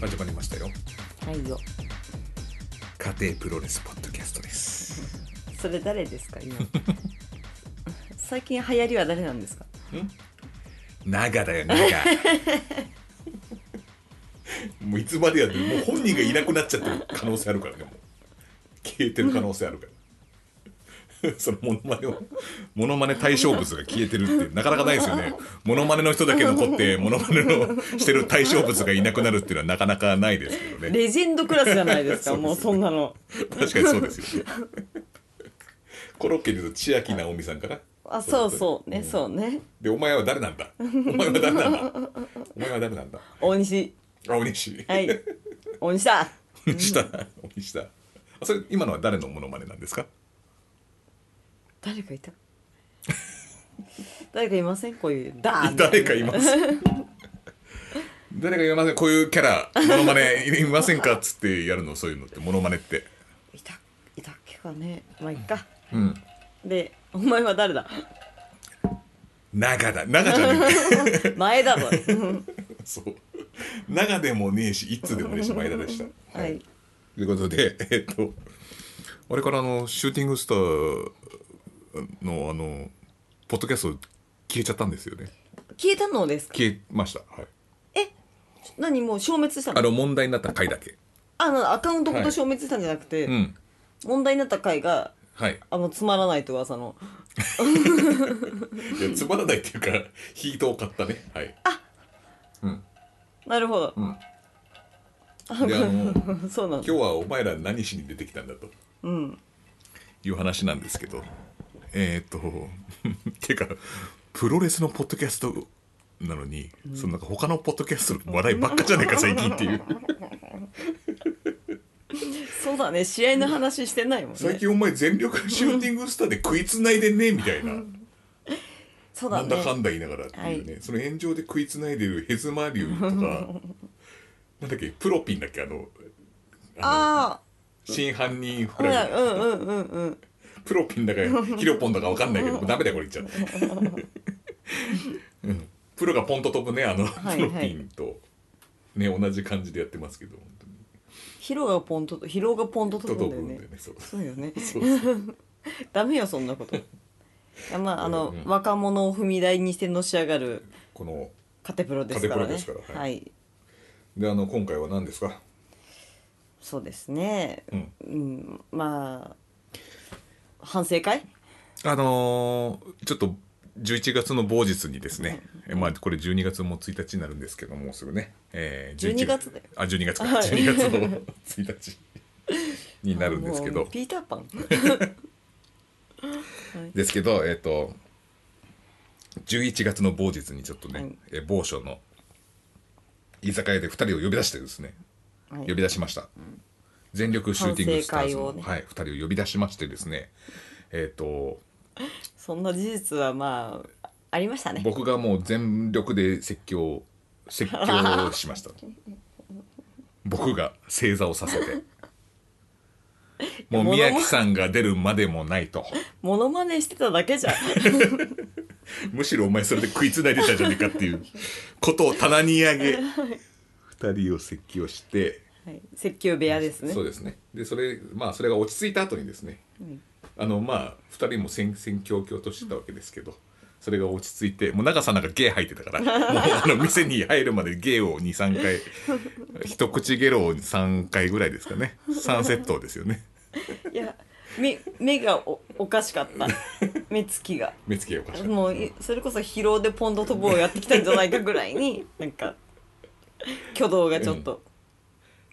始まりましたよはいよ家庭プロレスポッドキャストですそれ誰ですか今 最近流行りは誰なんですか長だよ長 もういつまでやってもう本人がいなくなっちゃってる可能性あるからねもう消えてる可能性あるから、 そのモノマネをモノマネ対象物が消えてるってなかなかないですよねモノマネの人だけ残ってモノマネのしてる対象物がいなくなるっていうのはなかなかないですけどねレジェンドクラスじゃないですか そうですもうそんなの確かにそうですよねコロッケで言うと千秋直美さんかなあそうそうねそうねでお前は誰 なんだお前は誰なんだお前は誰なんだ大西あ大西はい 大西だ大西だ大西だあそれ今のは誰のモノマネなんですか誰かいた誰かいませんこういうダー誰かいます誰かいませんこういうキャラモノマネいませんかっつってやるのそういうのってモノマネっていたいたっけかねまあいっかうんでお前は 誰だ長だ長じゃね前 だぞえそう長でもねえし一通でもねえし前田でした はいということで、えっと、あれからあの、シューティングスターの、あの、ポッドキャスト消えちゃったんですよね。消えたのですか消えました。はい。え何もう消滅したあのの、問題になった回だけ。あのアカウントごはとい消滅したんじゃなくて、うん。問題になった回がはい。あのつまらないと噂のいや、つまらないっていうか、引いて多かったね。はい。なるほど、 で、あの、今そうなん日だはお前ら何しに出てきたんだと。いう話なんですけど。えーっと、 てか、プロレスのポッドキャストなのに、そのなんか他のポッドキャストの話題ばっかじゃねえか、最近っていう。 そうだね試合の話してないもん最ね近お前全力シューティングスターで食いつないでねみたいな、そうなだんだねかんだ言いながらっていうね、その炎上で食いつないでるヘズマリュウとかなんだっけプロピンだっけあのあ真犯人あフうんラグ、うんうんうんうんプロピンだ かヒロポンだかわかんないけどもうダメだよこれ言っちゃう、うん、プロがポンと飛ぶねあの、はいプロピンとね同じ感じでやってますけど本当にヒロがポンと疲労がポンと飛とぶん飛だぶよんだねよねそうそうよね そうそうダメよそんなこといやまああの、うん若者を踏み台にしてのし上がるこのカテプロですからねカテプロですからは、はいであの今回は何ですかそうですねうんうんまあ反省会あのーちょっと11月の某日にですね、えまあこれ12月も1日になるんですけどもうすぐね、えー、 12月だよあ12月か、はい12月の1日になるんですけ もどうピーターパンですけどえっ、と11月の某日にちょっとね、はいえー某所の居酒屋で2人を呼び出してですね、はい呼び出しました、全力シューティングスター反ズ省会をの、ねはい、2人を呼び出しましてですねえっ、とそんな事実はまあありましたね僕がもう全力で説教説教しま した僕が正座をさせてもう物も宮城さんが出るまでもないとモノマネしてただけ じゃんむしろお前それで食いつないでたじゃねえかっていうことを棚に上げ2人を説教してはい、説教部屋ですねそうですねでそれまあそれが落ち着いた後にですね、あのまあ2人も戦々恐々としてたわけですけどそれが落ち着いてもう長さなんか芸入ってたからもうあ の店に入るまで芸を23回一口ゲロを3回ぐらいですかね3セットですよねいや目目がおおかしか った目つきが目つきがおかしかったもういそれこそ疲労でポンド飛ぶをやってきたんじゃないかぐらいになんか挙動がちょっと、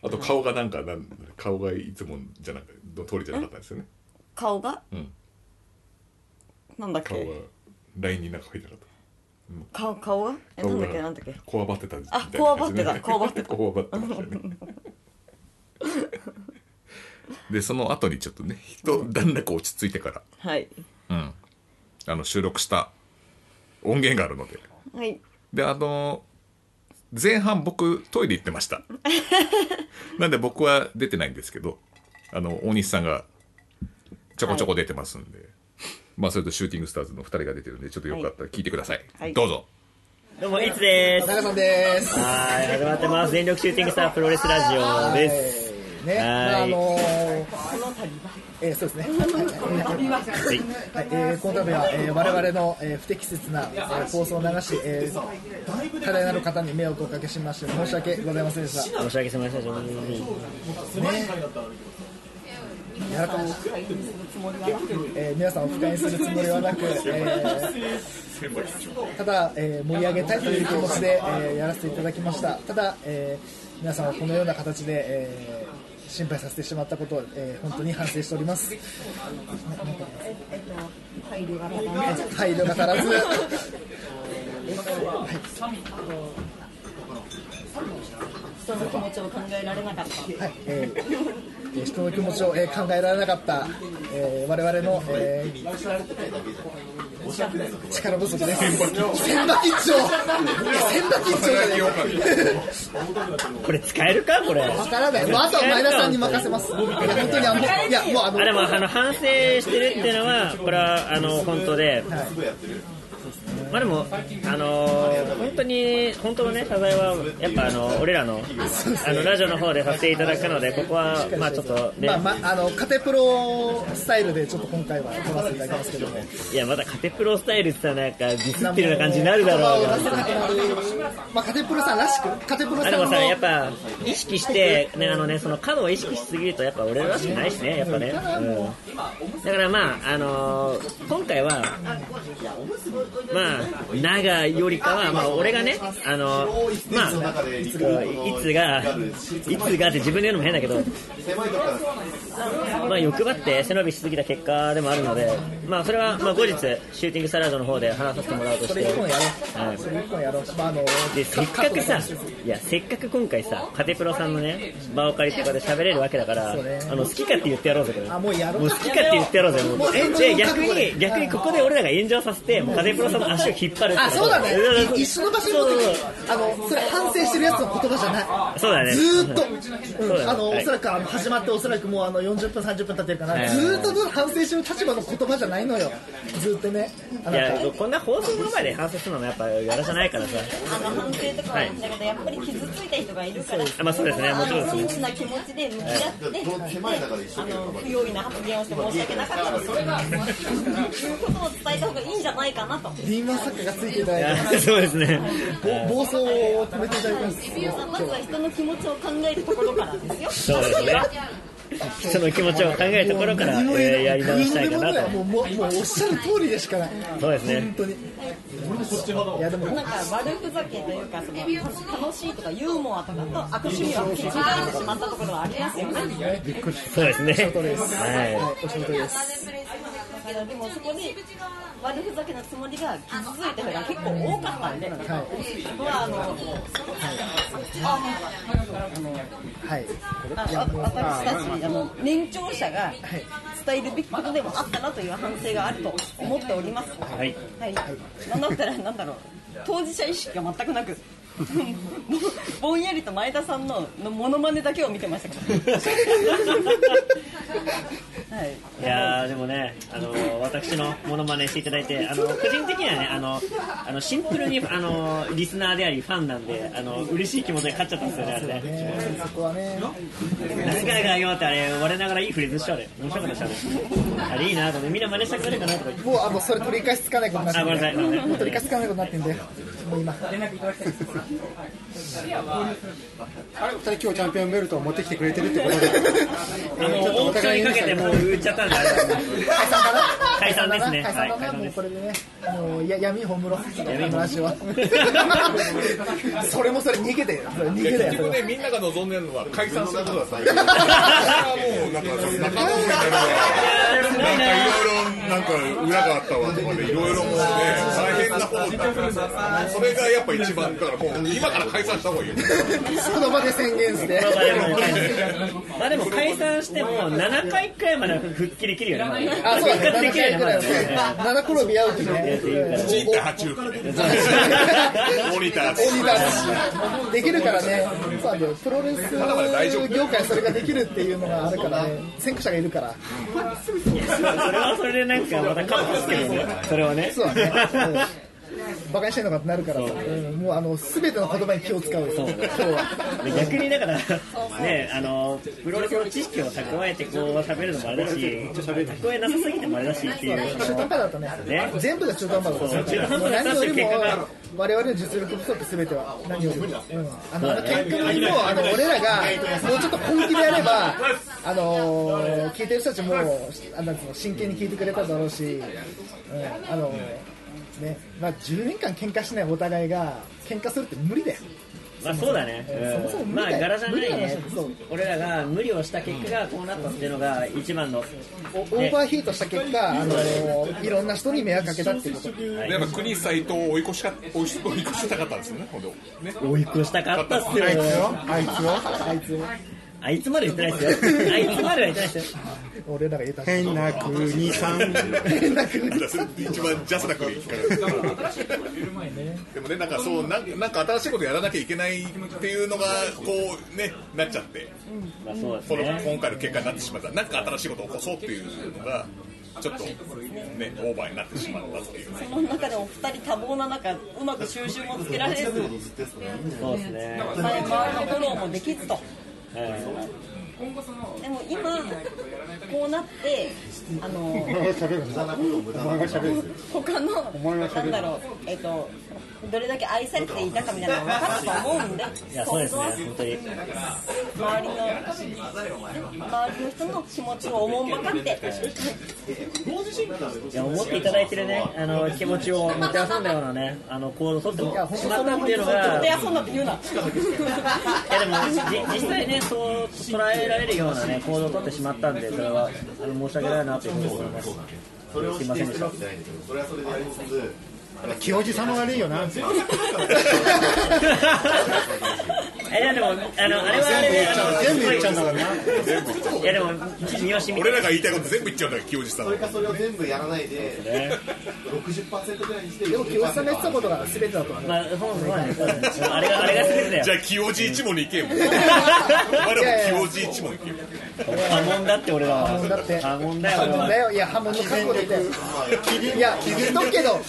あと顔がなんかなん顔がいつもじゃなくの通りじゃなかったんですよね顔が、うんなんだっ顔がけラインになんか入ってなかった顔顔がえな顔んがだっけなんだっけこわばってたみたいなあこわばってた感じでねこわばってたこわばってましたよね でその後にちょっとね人段落落ち着いてから、はいうん、あの収録した音源があるのではいであの前半僕トイレ行ってました なんで僕は出てないんですけどあの大西さんがちょこちょこ出てますんで、まあそれとシューティングスターズの2人が出てるんでちょっとよかったら聞いてください、はいどうぞどうも、いつでーす。長さんです。ははーい、始まってます。全力シューティングスタープロレスラジオいです。ね、はいまああのー、えー、そうですね。はい、えー、この度は、えー、我々の、えー、不適切な、えー、放送を流し、えー、多大なる方に迷惑をおかけしまして申し訳ございませんでし申し訳せませんでした。た。ね。やらかも、えー、皆さんを不快にするつもりはなく、えー、ただ、えー盛り上げたいという気持ちで、えーやらせていただきましたただ、えー皆さんをこのような形で、えー心配させてしまったことを、えー本当に反省しております配慮が足らず人の気持ちを考えられなかった。はいえーえー人の気持ちを、えー考えられなかった、えー我々の、えー力不足です千葉吉兆千葉吉兆じゃないこれ使えるかこれ。わからない。もうあとは前田さんに任せます。いや、本当にあの、いや、もうあのあ、、でも、あの、反省してるっていうのは、これは、あの、本当で。まあでも、あのー本当に、本当のね、謝罪は、やっぱ、あの、俺らの、あの、ラジオの方でさせていただくので、ここは、まあちょっと、ねまあ、、まあ、あの、カテプロスタイルでちょっと今回は撮らせていただきますけども。いや、まだカテプロスタイルって言ったら、なんか、ディスってるような感じになるだろうが。まあ、カテプロさんらしく、カテプロさあんでものさ、やっぱ意識して、ね、あのね、その角を意識しすぎると、やっぱ俺らしくないしね、やっぱね。うん、だからまあ、あのー今回は、まあ、長よりかは、まあ、俺がね、あのーまあ、いつが、いつがって自分で言うのも変だけど、まあ、欲張って背伸びしすぎた結果でもあるので、まあ、それは、まあ、後日、シューティングサラードの方で話させてもらうとしそてれ一。本やろはう。いそれ一本やろう。まあ、あの、でせっかくさいやせっかく今回さカテプロさんのね場を借りてこうやって喋れるわけだから、そうねあの好きかって言ってやろうぜこれあもうやろう好きかって言ってやろうぜももうう炎上での逆覚悟でに逆にここで俺らが炎上させてもうカテプロさんの足を引っ張るってあ、そうだね。い一緒の場所に持ってそくうるあの、それ反省してるやつの言葉じゃない。そうだねずーっと、そううだん、ねあの、はいおそらくあの始まっておそらくもうあの40分30分経ってるかいら、ずーっとずっと反省してる立場の言葉じゃないのよ。ずーっとね。あいなやた。こんな放送の前で反省するのもやっぱやらじゃないからさあの反省とかはあるんだけど、やっぱり傷ついた人がいるから、あまあそうですねもちろんです真摯な気持ちで向き合って、あの不用意な発言をして申し訳なかったとそれが、いうことを伝えた方がいいんじゃないかなと。リーマン作家がついていたいだいて。やそうですね暴走を止めていただきます。まずは人の気持ちを考えるところからですそよ。うですね人の気持ちを考えるところから、えもうーやり直したいかなともうもうもうおっしゃる通りでしかない。そうですね本当に。いやでもなんか悪ふざけというかその楽しいとかユーモアとかと悪趣味は結びついてしまったところはありますよね。そうですねはい。はいおっしゃる通りです。だけどでもそこに悪ふざけのつもりが傷ついた人が結構多かったんで、そこはあの、はい。ああ私たちあの年長者が伝えるべきことでもあったなという反省があると思っております。はいはい。なんだったらなんだろう。当事者意識が全くなく。ぼぼんやりと前田さんののモノマネだけを見てましたから。はい。いやーでもね、あのー私のモノマネしていただいて、あの個人的にはね、あのあのシンプルにあのリスナーでありファンなんで、あの嬉しい気持ちで勝っちゃったんですよね、あれね。ねそこはね。何回かよってあれ、我ながらいいフレーズしちゃうね。面白かったでしょあれ。あれいいなと思って、みんな真似したくなるかなとか言って。もうあのそれ取り返しつかないことになってあ、ごめんなさい。ごめんなもうさい取り返しつかないことになってんだよ。もう今。二人今日チャンピオンベルトを持ってきてくれてるってことで、あの、オークションにかけてもう売っちゃったんで、あれ解散だな。解散ですね解散だはい解な。散もでうすこれでね。もうや闇葬ろう。闇話は。それもそれ逃げて。それ逃げだ結よ。そ局れはねみんなが望んでるのは解散することだったそれはもうなんかその仲直りになるのがなんかいろいろなんか裏があったわとかでいろいろもうね大変な方になってるそれがやっぱ一番だからもう今から解散した方がいいよその場で宣言して。まあでもまあでも解散しても7回くらいまでは復帰できるよね。まあ、そう復だ活ね。できる7回よね、ぐらいまはだねね。。七転び合うとね。チーター中継モニターオリだしできるからねそうなんだよプロレス業界それができるっていうのがあるからね先駆者がいるからそれはそれでなんかまたカットしてるよね。それはね。そうだね、バカにしてんのかってなるからさ、うんもうあの全ての言葉に気を使うよ今日はで逆にだから、ね、あのプロレスの知識を蓄えてこう喋るのもあれだし、蓄えなさすぎてもあれだしっていう、中途半端だったねね全部が中途半端だったそう中途半端だった何よりも結果が我々の実力不足全ては何よりも、うん、あのあの結果よりもあの俺らがもうちょっと本気でやればあのー聞いてる人たちもあなんつうの真剣に聞いてくれただろうし、うん、あのねまあ、10年間喧嘩しないお互いが喧嘩するって無理だよまあそうだね、そもそもうん、無理まあだよ柄じゃないね無理な話そう、俺らが無理をした結果がこうなったっていうのが一番の、オーバーヒートした結果、あのーいろんな人に迷惑かけたっていうことでやっぱ国斎藤を追い越しか追い追い越したかったですよね、ほんとね追い越したかったっすよ、あいつをあいつをあいつまで言ってないっすよ、あいつまでは言ってないっすよ、俺らが言えたし変な国さん 変な国だ一番ジャスな国に引っかかるでもね、なんかそうなん、なんか新しいことやらなきゃいけないっていうのが、こうね、なっちゃって、まあそうですこのね、今回の結果になってしまった、なんか新しいことを起こそうっていうのが、ちょっとね、オーバーになってしまったっていう。その中でお二人多忙な中うまく収集もつけられず周りそうですね、のフォローもできずとはいでも今こうなってあの他のなんだろうえっ、とどれだけ愛されていたかみたいなのが分かると思うんでいやそうですね、本当に、周りの周りの人の気持ちをおもんばかっていや思っていただいてるね、あの気持ちを持て遊んだようなね、あの行動を取ってもしまったっていうのが、で遊んだって言うないやでもじ実際ね、そう捉えられるような、ね、行動を取ってしまったんで、それはあの申し訳ないなというふうに思います。それを否定してるわけじゃないんだけど、それはそれでありつつ、清治さんも悪いよ なえいやでもあのあれはあれで、あの全部言っちゃうんだからなすごいいやでも三好み俺らが言いたいこと全部言っちゃうんだから、清志さそんはれ。かそれを全部やらないで、60%ぐらいにして、でも清志さんが言ってたことが全てだと思うまあそうそうなんですよあれがあれが全てだよじ。ゃあ、清志一門に行 けよ。お前らも清志一門行けよ。波紋だって俺らは。波紋だって波紋だよ俺そうはだ。よいや波紋の覚悟で言っていや言っとくけど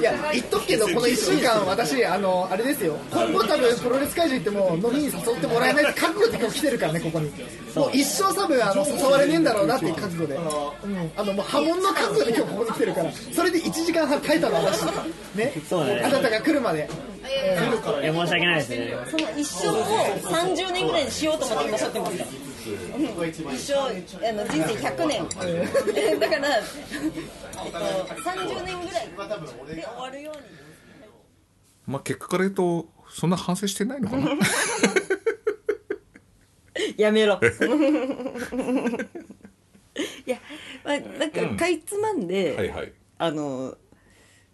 いや言っとくけどこの1週間私あのあれですよ今後多分プロレス会場行っても飲みに誘ってもらえないって覚悟で今日来てるからねここにもう一生多分あの誘われねえんだろうなっていう覚悟で、うん、あのもう波紋の覚悟で今日ここに来てるからそれで1時間半耐えたの私ねそうだねあなたが来るまでいや申し訳ないですね。その一生を30年ぐらいにしようと思って今しゃってますからうん一生あの人生100年 だから、えっと、30年ぐらいで終わるように。まあ、結果から言うと、そんな反省してないのかな。やめ ろいや、まあ、なんかかいつまんで、はいはい。あの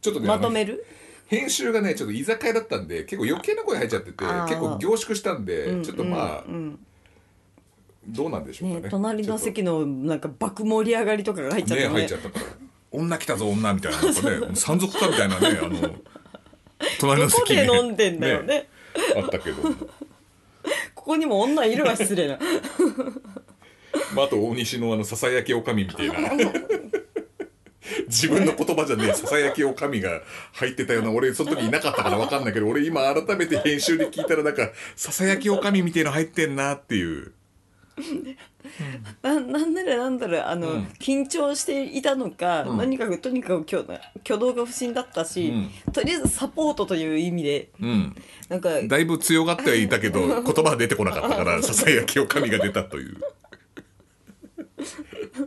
ちょっとね、まとめる編集がねちょっと居酒屋だったんで結構余計な声入っちゃっててあー結構凝縮したんで、ちょっとまあ、うんどうなんでしょうかねね隣のち席のなんか爆盛り上がりとかが入っちょゃっっとたねよ入っちゃったから女来たぞ女みた いななんかね山賊かみたいなねあの隣のどこ席にで飲んでんだよねあったけど、ここにも女いるわ失礼 なまあ、あと大西のあのささやきおかみみたいな自分の言葉じゃねえささやきおかみが入ってたような俺その時いなかったから分かんないけど俺今改めて編集で聞いたらなんかささやきおかみみたいの入ってんなっていう。ななんならなんだらあの、うん緊張していたのか、ん何かとにかく挙挙動が不審だったし、うとりあえずサポートという意味でうんなんかだいぶ強がってはいたけど言葉は出てこなかったからささやきおかみが出たという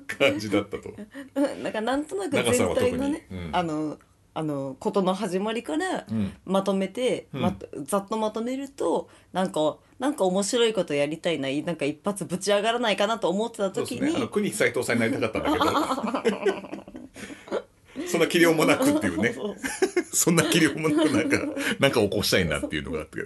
感じだったとうんなんかなんとなく中さん全は特に体のね、うんあのあのことの始まりからんまとめて、まとざっとまとめるとなんかなんか面白いことやりたいななんか一発ぶち上がらないかなと思ってたそうです時ねに、あの国斎藤さんになりたかったんだけ どそんな器量もなくっていうねそんな器量もなくなんかなんか起こしたいなっていうのがあって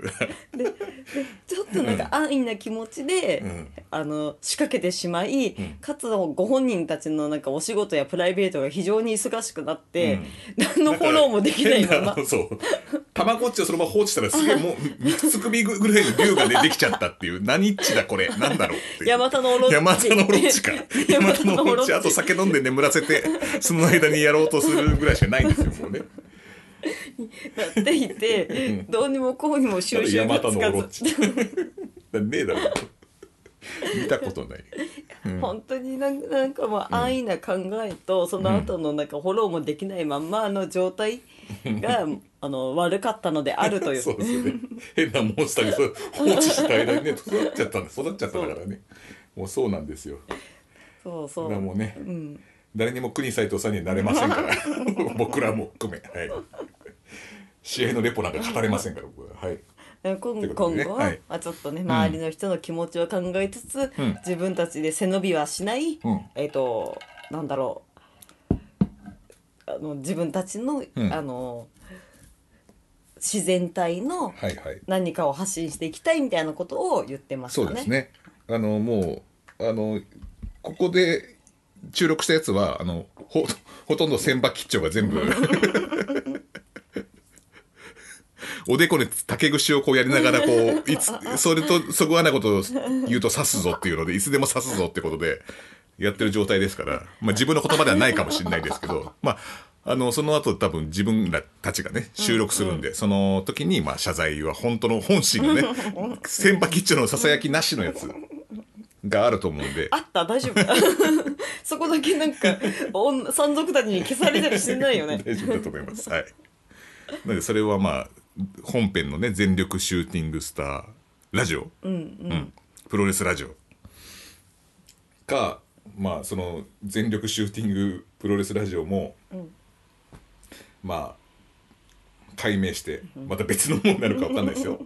ちょっとなんか安易な気持ちで、んあの仕掛けてしまい、かつご本人たちのなんかお仕事やプライベートが非常に忙しくなって、何のフォローもできないまま変なそうたまごっちをそのまま放置したらすげえもう三つ首ぐらいの竜がねできちゃったっていう何っちだこれなんだろうっていうヤマタノオロッチヤマタノオロッチかヤヤママタタノノオオロロッッチチあと酒飲んで眠らせてその間にやろうとするぐらいしかないんですよもうねなっていてどうにもこうにも収拾がつヤマタかのオロずチねえだろ見たことない本当になんかなんかもう安易な考えと、その後のなんかフォローもできないまんまの状態が、あの悪かったのであるという そうですよね変なモンスターがそう放置した間にね育っちゃったんだ育っちゃったんだからねもうそうなんですよそうだそからうもうね、誰にも国斎藤さんにはなれませんから 僕らも含め、はい、試合のレポなんか語れませんから僕ははい今今いうことでね後は、はいまあ、ちょっとね周りの人の気持ちを考えつつ、ん自分たちで背伸びはしない、うんえっ、となんだろうあの自分たちの、うんあの自然体のはいはい何かを発信していきたいみたいなことを言ってましたそね。うですね。あのもうあのここで収録したやつはあのほほとんど千葉吉兆が全部おでこに竹串をこうやりながらこういつそれとそぐわないことを言うと刺すぞっていうのでいつでも刺すぞってことでやってる状態ですから、まあ、自分の言葉ではないかもしれないですけどまああのその後多分自分らたちがね収録するんで、その時にまあ謝罪は本当の 本心のね千葉吉兆のささやきなしのやつがあると思うんであった大丈夫 そこだけなんかおん山賊たちに消されたりしてないよ ね大丈夫だと思います。はい。なので、それはまあ、本編のね、全力シューティングスターラジオ。うん、プロレスラジオ。か、まあ、その全力シューティングプロレスラジオも。まあ。解明して、また別のものになるかわかんないです よ。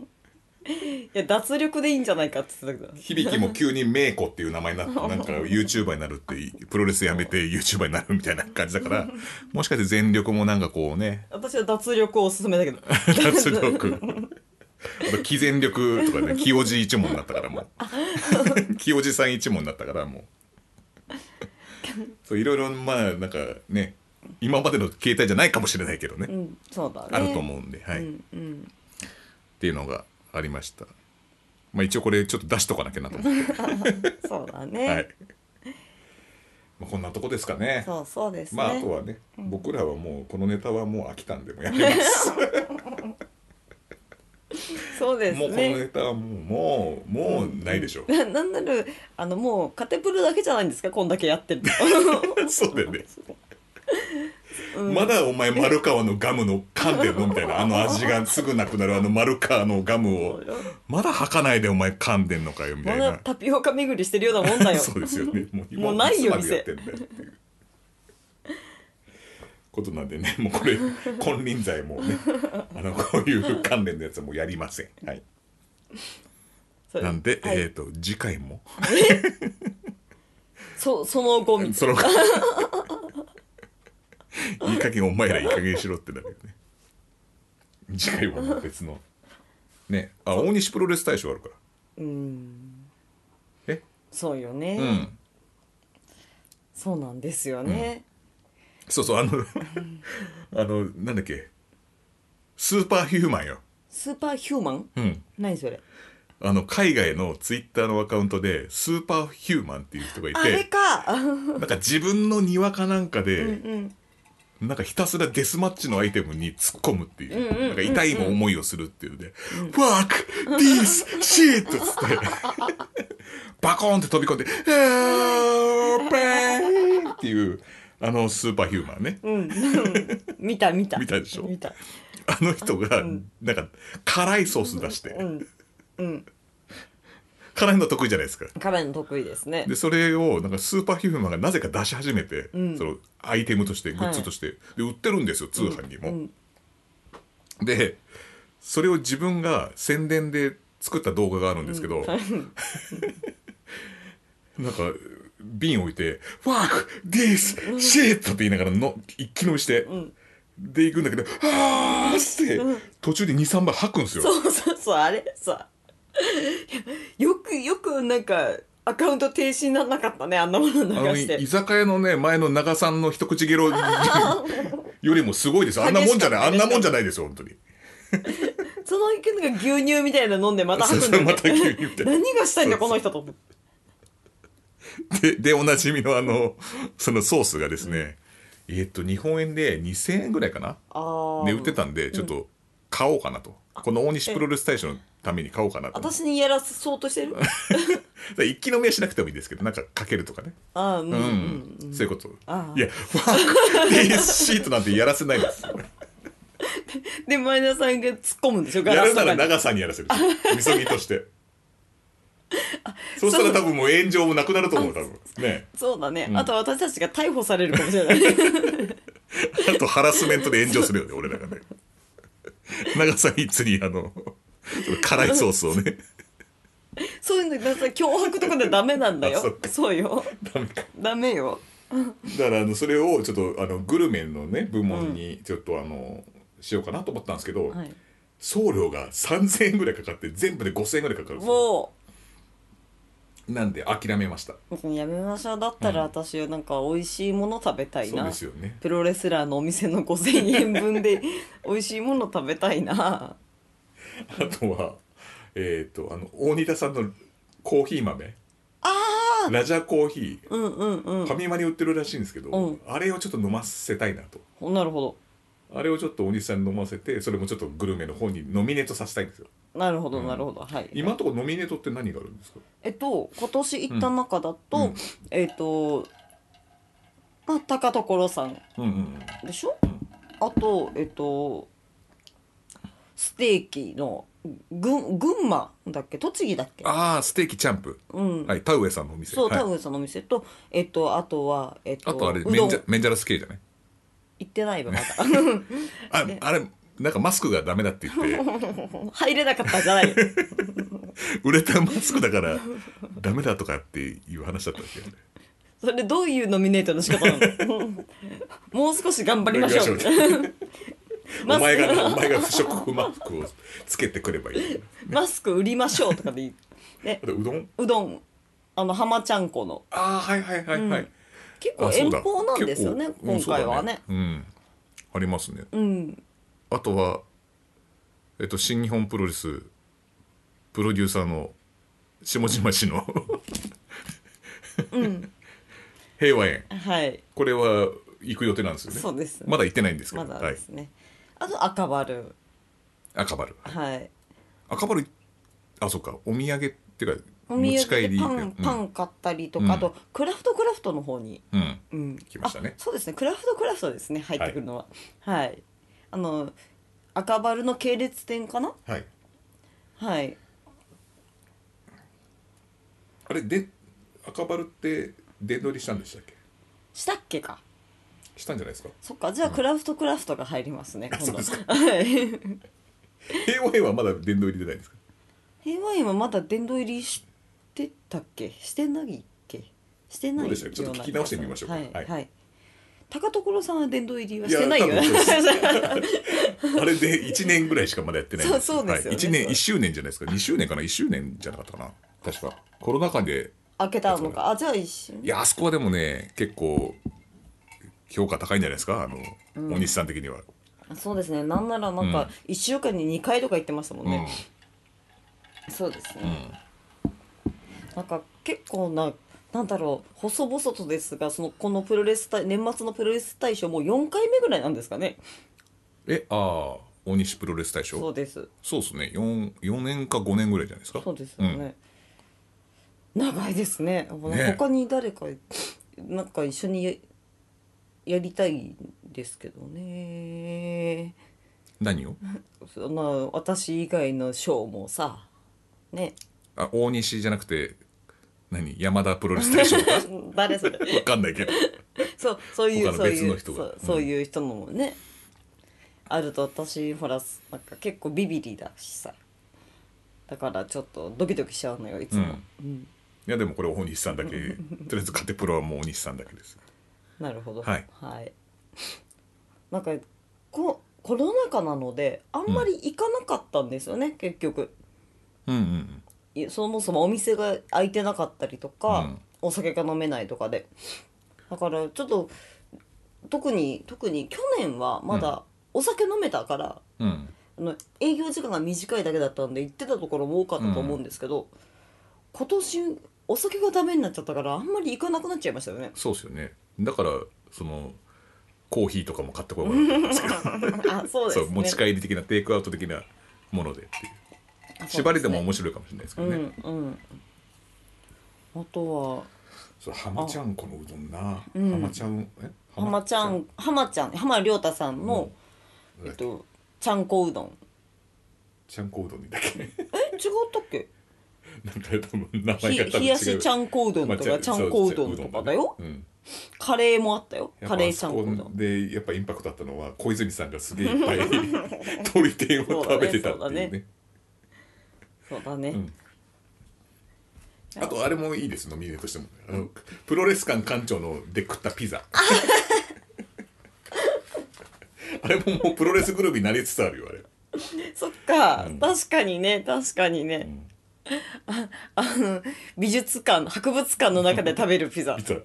いや脱力でいいんじゃないかって言ってたけど響も急にメイコっていう名前になってなんか YouTuber になるっていプロレスやめて YouTuber になるみたいな感じだからもしかして全力もなんかこうね私は脱力をおすすめだけど 脱力あと「毅然力」と かね「清じ一門」になったからもう清じさん一門になったからもうそういろいろまあなんかね今までの携帯じゃないかもしれないけどね、うんそうだねあると思うんで、はいっていうのがありましたまあ一応これちょっと出しとかなきゃなと思ってそうだね、はいまあこんなとこですかねそうそうですね、まああとはね、僕らはもうこのネタはもう飽きたんでもうやめますそうですもうこのねネタはもうもうもうないでしょう、ななんなるあのもうカテプルだけじゃないんですかこんだけやってるの そうだよね、まだお前丸川のガムの噛んでるのみたいなあの味がすぐなくなるあの丸川のガムをまだ吐かないでお前噛んでんのかよみたまいだなタピオカ巡りしてるようなもんだよ そうですよねもう今もうないよつまでやってんだよっていうことなんでね もうこれ金輪際もうねあのこういう関連のやつはもうやりませんはいそれなんで、はいえっ、と次回もそその後みそのいい加減お前らいい加減しろってなるよね次回はもう別のねあ大西プロレス大賞あるからそうよね、うんそうなんですよね、そうそうあのあのなんだっけスーパーヒューマンよスーパーヒューマンうん何それあの海外のツイッターのアカウントでスーパーヒューマンっていう人がいあれてか なんか自分のにわかなんかでなんかひたすらデスマッチのアイテムに突っ込むっていう,、なんか痛いも思いをするっていうので「ファークディースシート」っつってバコーンって飛び込んで「ヘーペーン!」っていうあのスーパーヒューマンね、見た見た見たでしょ見たあの人がなんか辛いソース出して、辛いの得意じゃないですか。カメの得意ですねでそれをなんかスーパーヒューマンがなぜか出し始めて、そのアイテムとしてグッズとして、で売ってるんですよ通販にも。 でそれを自分が宣伝で作った動画があるんですけど、 なんか瓶を置いて「ファークディースシート」って言いながらの一気飲みして、で行くんだけど「あー!」って途中で23杯吐くんですよ。そうそうそうあれさよくよくなんかアカウント停止にならなかったねあんなもの流あのして居酒屋のね前の長さんの一口ゲ ロよりもすごいですあんなもんじゃないあんなもんじゃないですよ本当にその意見が牛乳みたいなの飲んでまた吐くんだよねそうそうまた牛乳みたいな何がしたいんだこの人と思ってででおなじみのあのそのソースがですね、えーっと日本円で2000円ぐらいかなあーで売ってたんでちょっと買おうかなと、この大西プロレス大賞のために買おうかなと思って私にやらそうとしてる一気飲みはしなくてもいいですけどなんかかけるとかねあーうん、う、うんん、そういうことあーいやファー クディシートなんてやらせないですで前田さんが突っ込むんでしょガやラスるとかなにら長さんにやらせるみそぎとしてそうしたら多分もう炎上もなくなると思う多分ねそうだね、うんあと私たちが逮捕されるかもしれない あとハラスメントで炎上するよね俺らがね長さんいつにあの辛いソースをねそういうのだから脅迫とかでダメなんだよあそっかそうよダメかダメよだからあのそれをちょっとあのグルメのね部門にちょっとあの、しようかなと思ったんですけど、はい送料が3000円ぐらいかかって全部で5000円ぐらいかかるんですよもなんで諦めましたうやめましょうだったら私はなんか美味しいもの食べたいそうな、ですよねプロレスラーのお店の5,000円分で美味しいもの食べたい なあとはえっ、とあの大仁田さんのコーヒー豆ラジャコーヒー、うんうんうんファミマに売ってるらしいんですけど、うんあれをちょっと飲ませたいなとなるほあれをちょっと大西さんに飲ませてそれもちょっとグルメの方にノミネートさせたいんですよどなるほどなるほど、はい今のところノミネートって何があるんですかえっと今年行った中だと、うんうんえっとまあ高所さんうんうんうんでしょあとえっとステーキの群群馬だっけ栃木だっけああステーキチャンプ、うん、はい田植さんのお店そうはい田植さんのお店と、えっとあとはえっとあとあれうメどんンジャ行メンジャラス系じゃないってないわまだ ああれなんかマスクがダメだって言って 入れなかったじゃないよ売れたマスクだからダメだとかっていう話だったんですよねそれどういうノミネートの仕方なの もう少し頑張りましょう頑張りま マスクお前がお前が不織布マスクをつけてくればいいマスク売りましょうとかでいいであとうどんうどんあの浜ちゃんこのああはいはいはいはい、結構あそう遠だ方なんですよね結構う今ん回はねそうだうんありますねうんあとはえっと新日本プロレスプロデューサーの下島氏のうん平和園はいこれは行く予定なんですよねそうですまだ行ってないんですけど、まだはいですね、あと赤バル赤バルはい赤バルあそうかお土産っていうかお土持ち帰産りででパン、パン買ったりとか、うんあとクラフトクラフトの方に、うん、うんうん、来ましたねあそうですねクラフトクラフトですね入ってくるのははい、あの赤バルの系列店かなはいはいあれで赤バルって電取りしたんでしたっけしたっけかしたんじゃないですかそっかじゃあクラフトクラフトが入りますね、今そう度ですはい平和園はまだ殿堂入り出ないんですか平和園はまだ殿堂入りしてたっけしてないっけしてないどうでしたちょっと聞き直してみましょうかはい、はいはい高所さんは殿堂入りはしてないよいねや多分そうあれで1年ぐらいしかまだやってないんそうそうですよねはい、1年1周年じゃないですか2周年かな1周年じゃなかったかな確かコロナ禍で 開けたのかあじゃあ一緒いやあそこはでもね結構評価高いんじゃないですかあの、お西さん的には、そうですねなんならなんうんか1週間に2回とか行ってましたもんうんね、そうですね、なんか結構ななんだろう細々とですがそのこのプロレス大年末のプロレス大賞もう4回目ぐらいなんですかねえああ大西プロレス大賞そうですそうですね 4, 4年か5年ぐらいじゃないですかそうですよね、長いですねね他に誰かなんか一緒にややりたいんですけどねうん何をその私以外の賞もさねあ大西じゃなくて何山田プロレス大賞 とかわ誰それかんないけどそうそういう他のそう別いのう人がそううんそういう人のもね、あると私ほらなんか結構ビビリだしさだからちょっとドキドキしちゃうのよいつも、いやでもこれ大西さんだけとりあえず勝手プロはもう大西さんだけですなるほどはい なんかこコロナ禍なのであんまり行かなかったんですよね、結局うんうんうんいそもそもお店が開いてなかったりとか、うんお酒が飲めないとかでだからちょっと特に特に去年はまだお酒飲めたから、うんあの営業時間が短いだけだったんで行ってたところも多かったと思うんですけど、今年お酒がダメになっちゃったからあんまり行かなくなっちゃいましたよねそうですよねだからそのコーヒーとかも買ってこようかなと思ってますけ どあ そうですそねう持ち帰り的なテイクアウト的なものでっていう縛りでも面白いかもしれないですけうどね、んうんあとはそう浜ちゃんこのうどんな、ん浜ちゃんえ浜ちゃん浜ちゃん浜亮太さんの、うんえっとちゃんこうどんちゃんこうどんにだっけ え違ったっけなんか多分名前が多ひ分冷やしちゃんこうどんとまあかちゃんこうどんとかだよそううんカレーもあったよやっぱカレーちゃんこうどあそんでやっぱインパクトあったのは小泉さんがすげえいっぱい 鶏天を食べてたっていうねそうだね、んあとあれもいいですノミネートしてもあのプロレス館館長ので食ったピザ あれももうプロレスグループになりつつあるよあれそっか、うん確かにね確かにね、 ああの美術館博物館の中で食べるピザピザ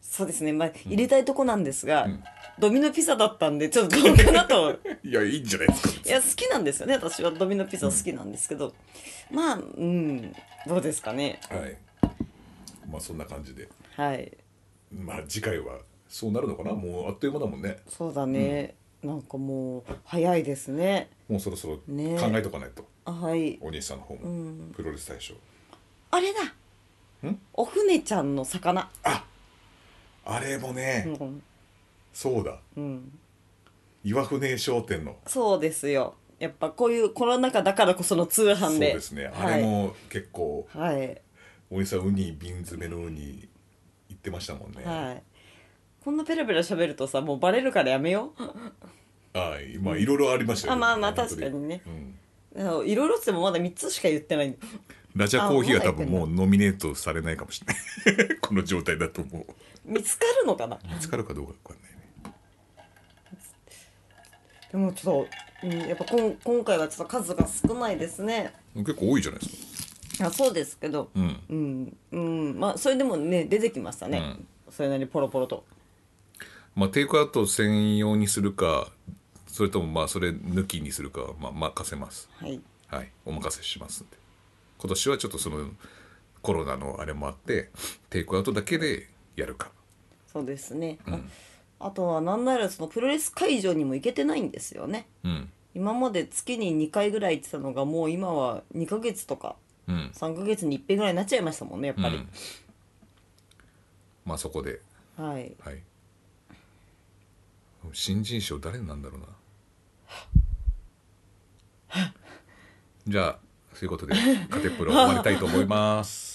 そうですねまあ入れたいとこなんですが、んドミノピザだったんでちょっとどうかなといやいいんじゃないですかいや好きなんですよね私はドミノピザ好きなんですけど、まあうんどうですかねはい。まあそんな感じで、はいまあ次回はそうなるのかな。もうあっという間だもんね。そうだね、なんかもう早いですねもうそろそろ考ねえとかないと、あはいお兄さんの方も、んプロレス大賞。あれだんお船ちゃんの魚あ、あれもね、うん、そうだ。うん岩船商店の。そうですよ。やっぱこういうコロナ禍だからこその通そ販うで。ですね。あれも結構、はい。はい。お兄さんウニ瓶詰めのウニ言ってましたもんね。はい。こんなペラペラ喋るとさ、もうバレるからやめよう。 はい。まあいろいろありましたよ、あまあまあ本当確かにねうあんのいろいろっつってもまだ3つしか言ってない。ラジャコーヒーは多分もうノミネートされないかもしれない この状態だともう見つかるのかな見つかるかどうかわかんないねでもちょっと、うん、やっぱこん今回はちょっと数が少ないですね。結構多いじゃないですか。あそうですけど、うん。うん、うん、まあそれでもね、出てきましたね。それなりにポロポロと。まあテイクアウト専用にするか、それともまあそれ抜きにするかはまあ任せます。はい。はい、お任せしますんで。今年はちょっとそのコロナのあれもあって、テイクアウトだけでやるか。そうですね。ああとはなんならそのプロレス会場にも行けてないんですよね。うん。今まで月に2回ぐらい行ってたのがもう今は2ヶ月とかうん。 3ヶ月に1遍ぐらいになっちゃいましたもんねやっうぱりん、。まあそこで、はいはい。新人賞誰なんだろうな。じゃあ、そういうことで、カテプロ終わりたいと思います。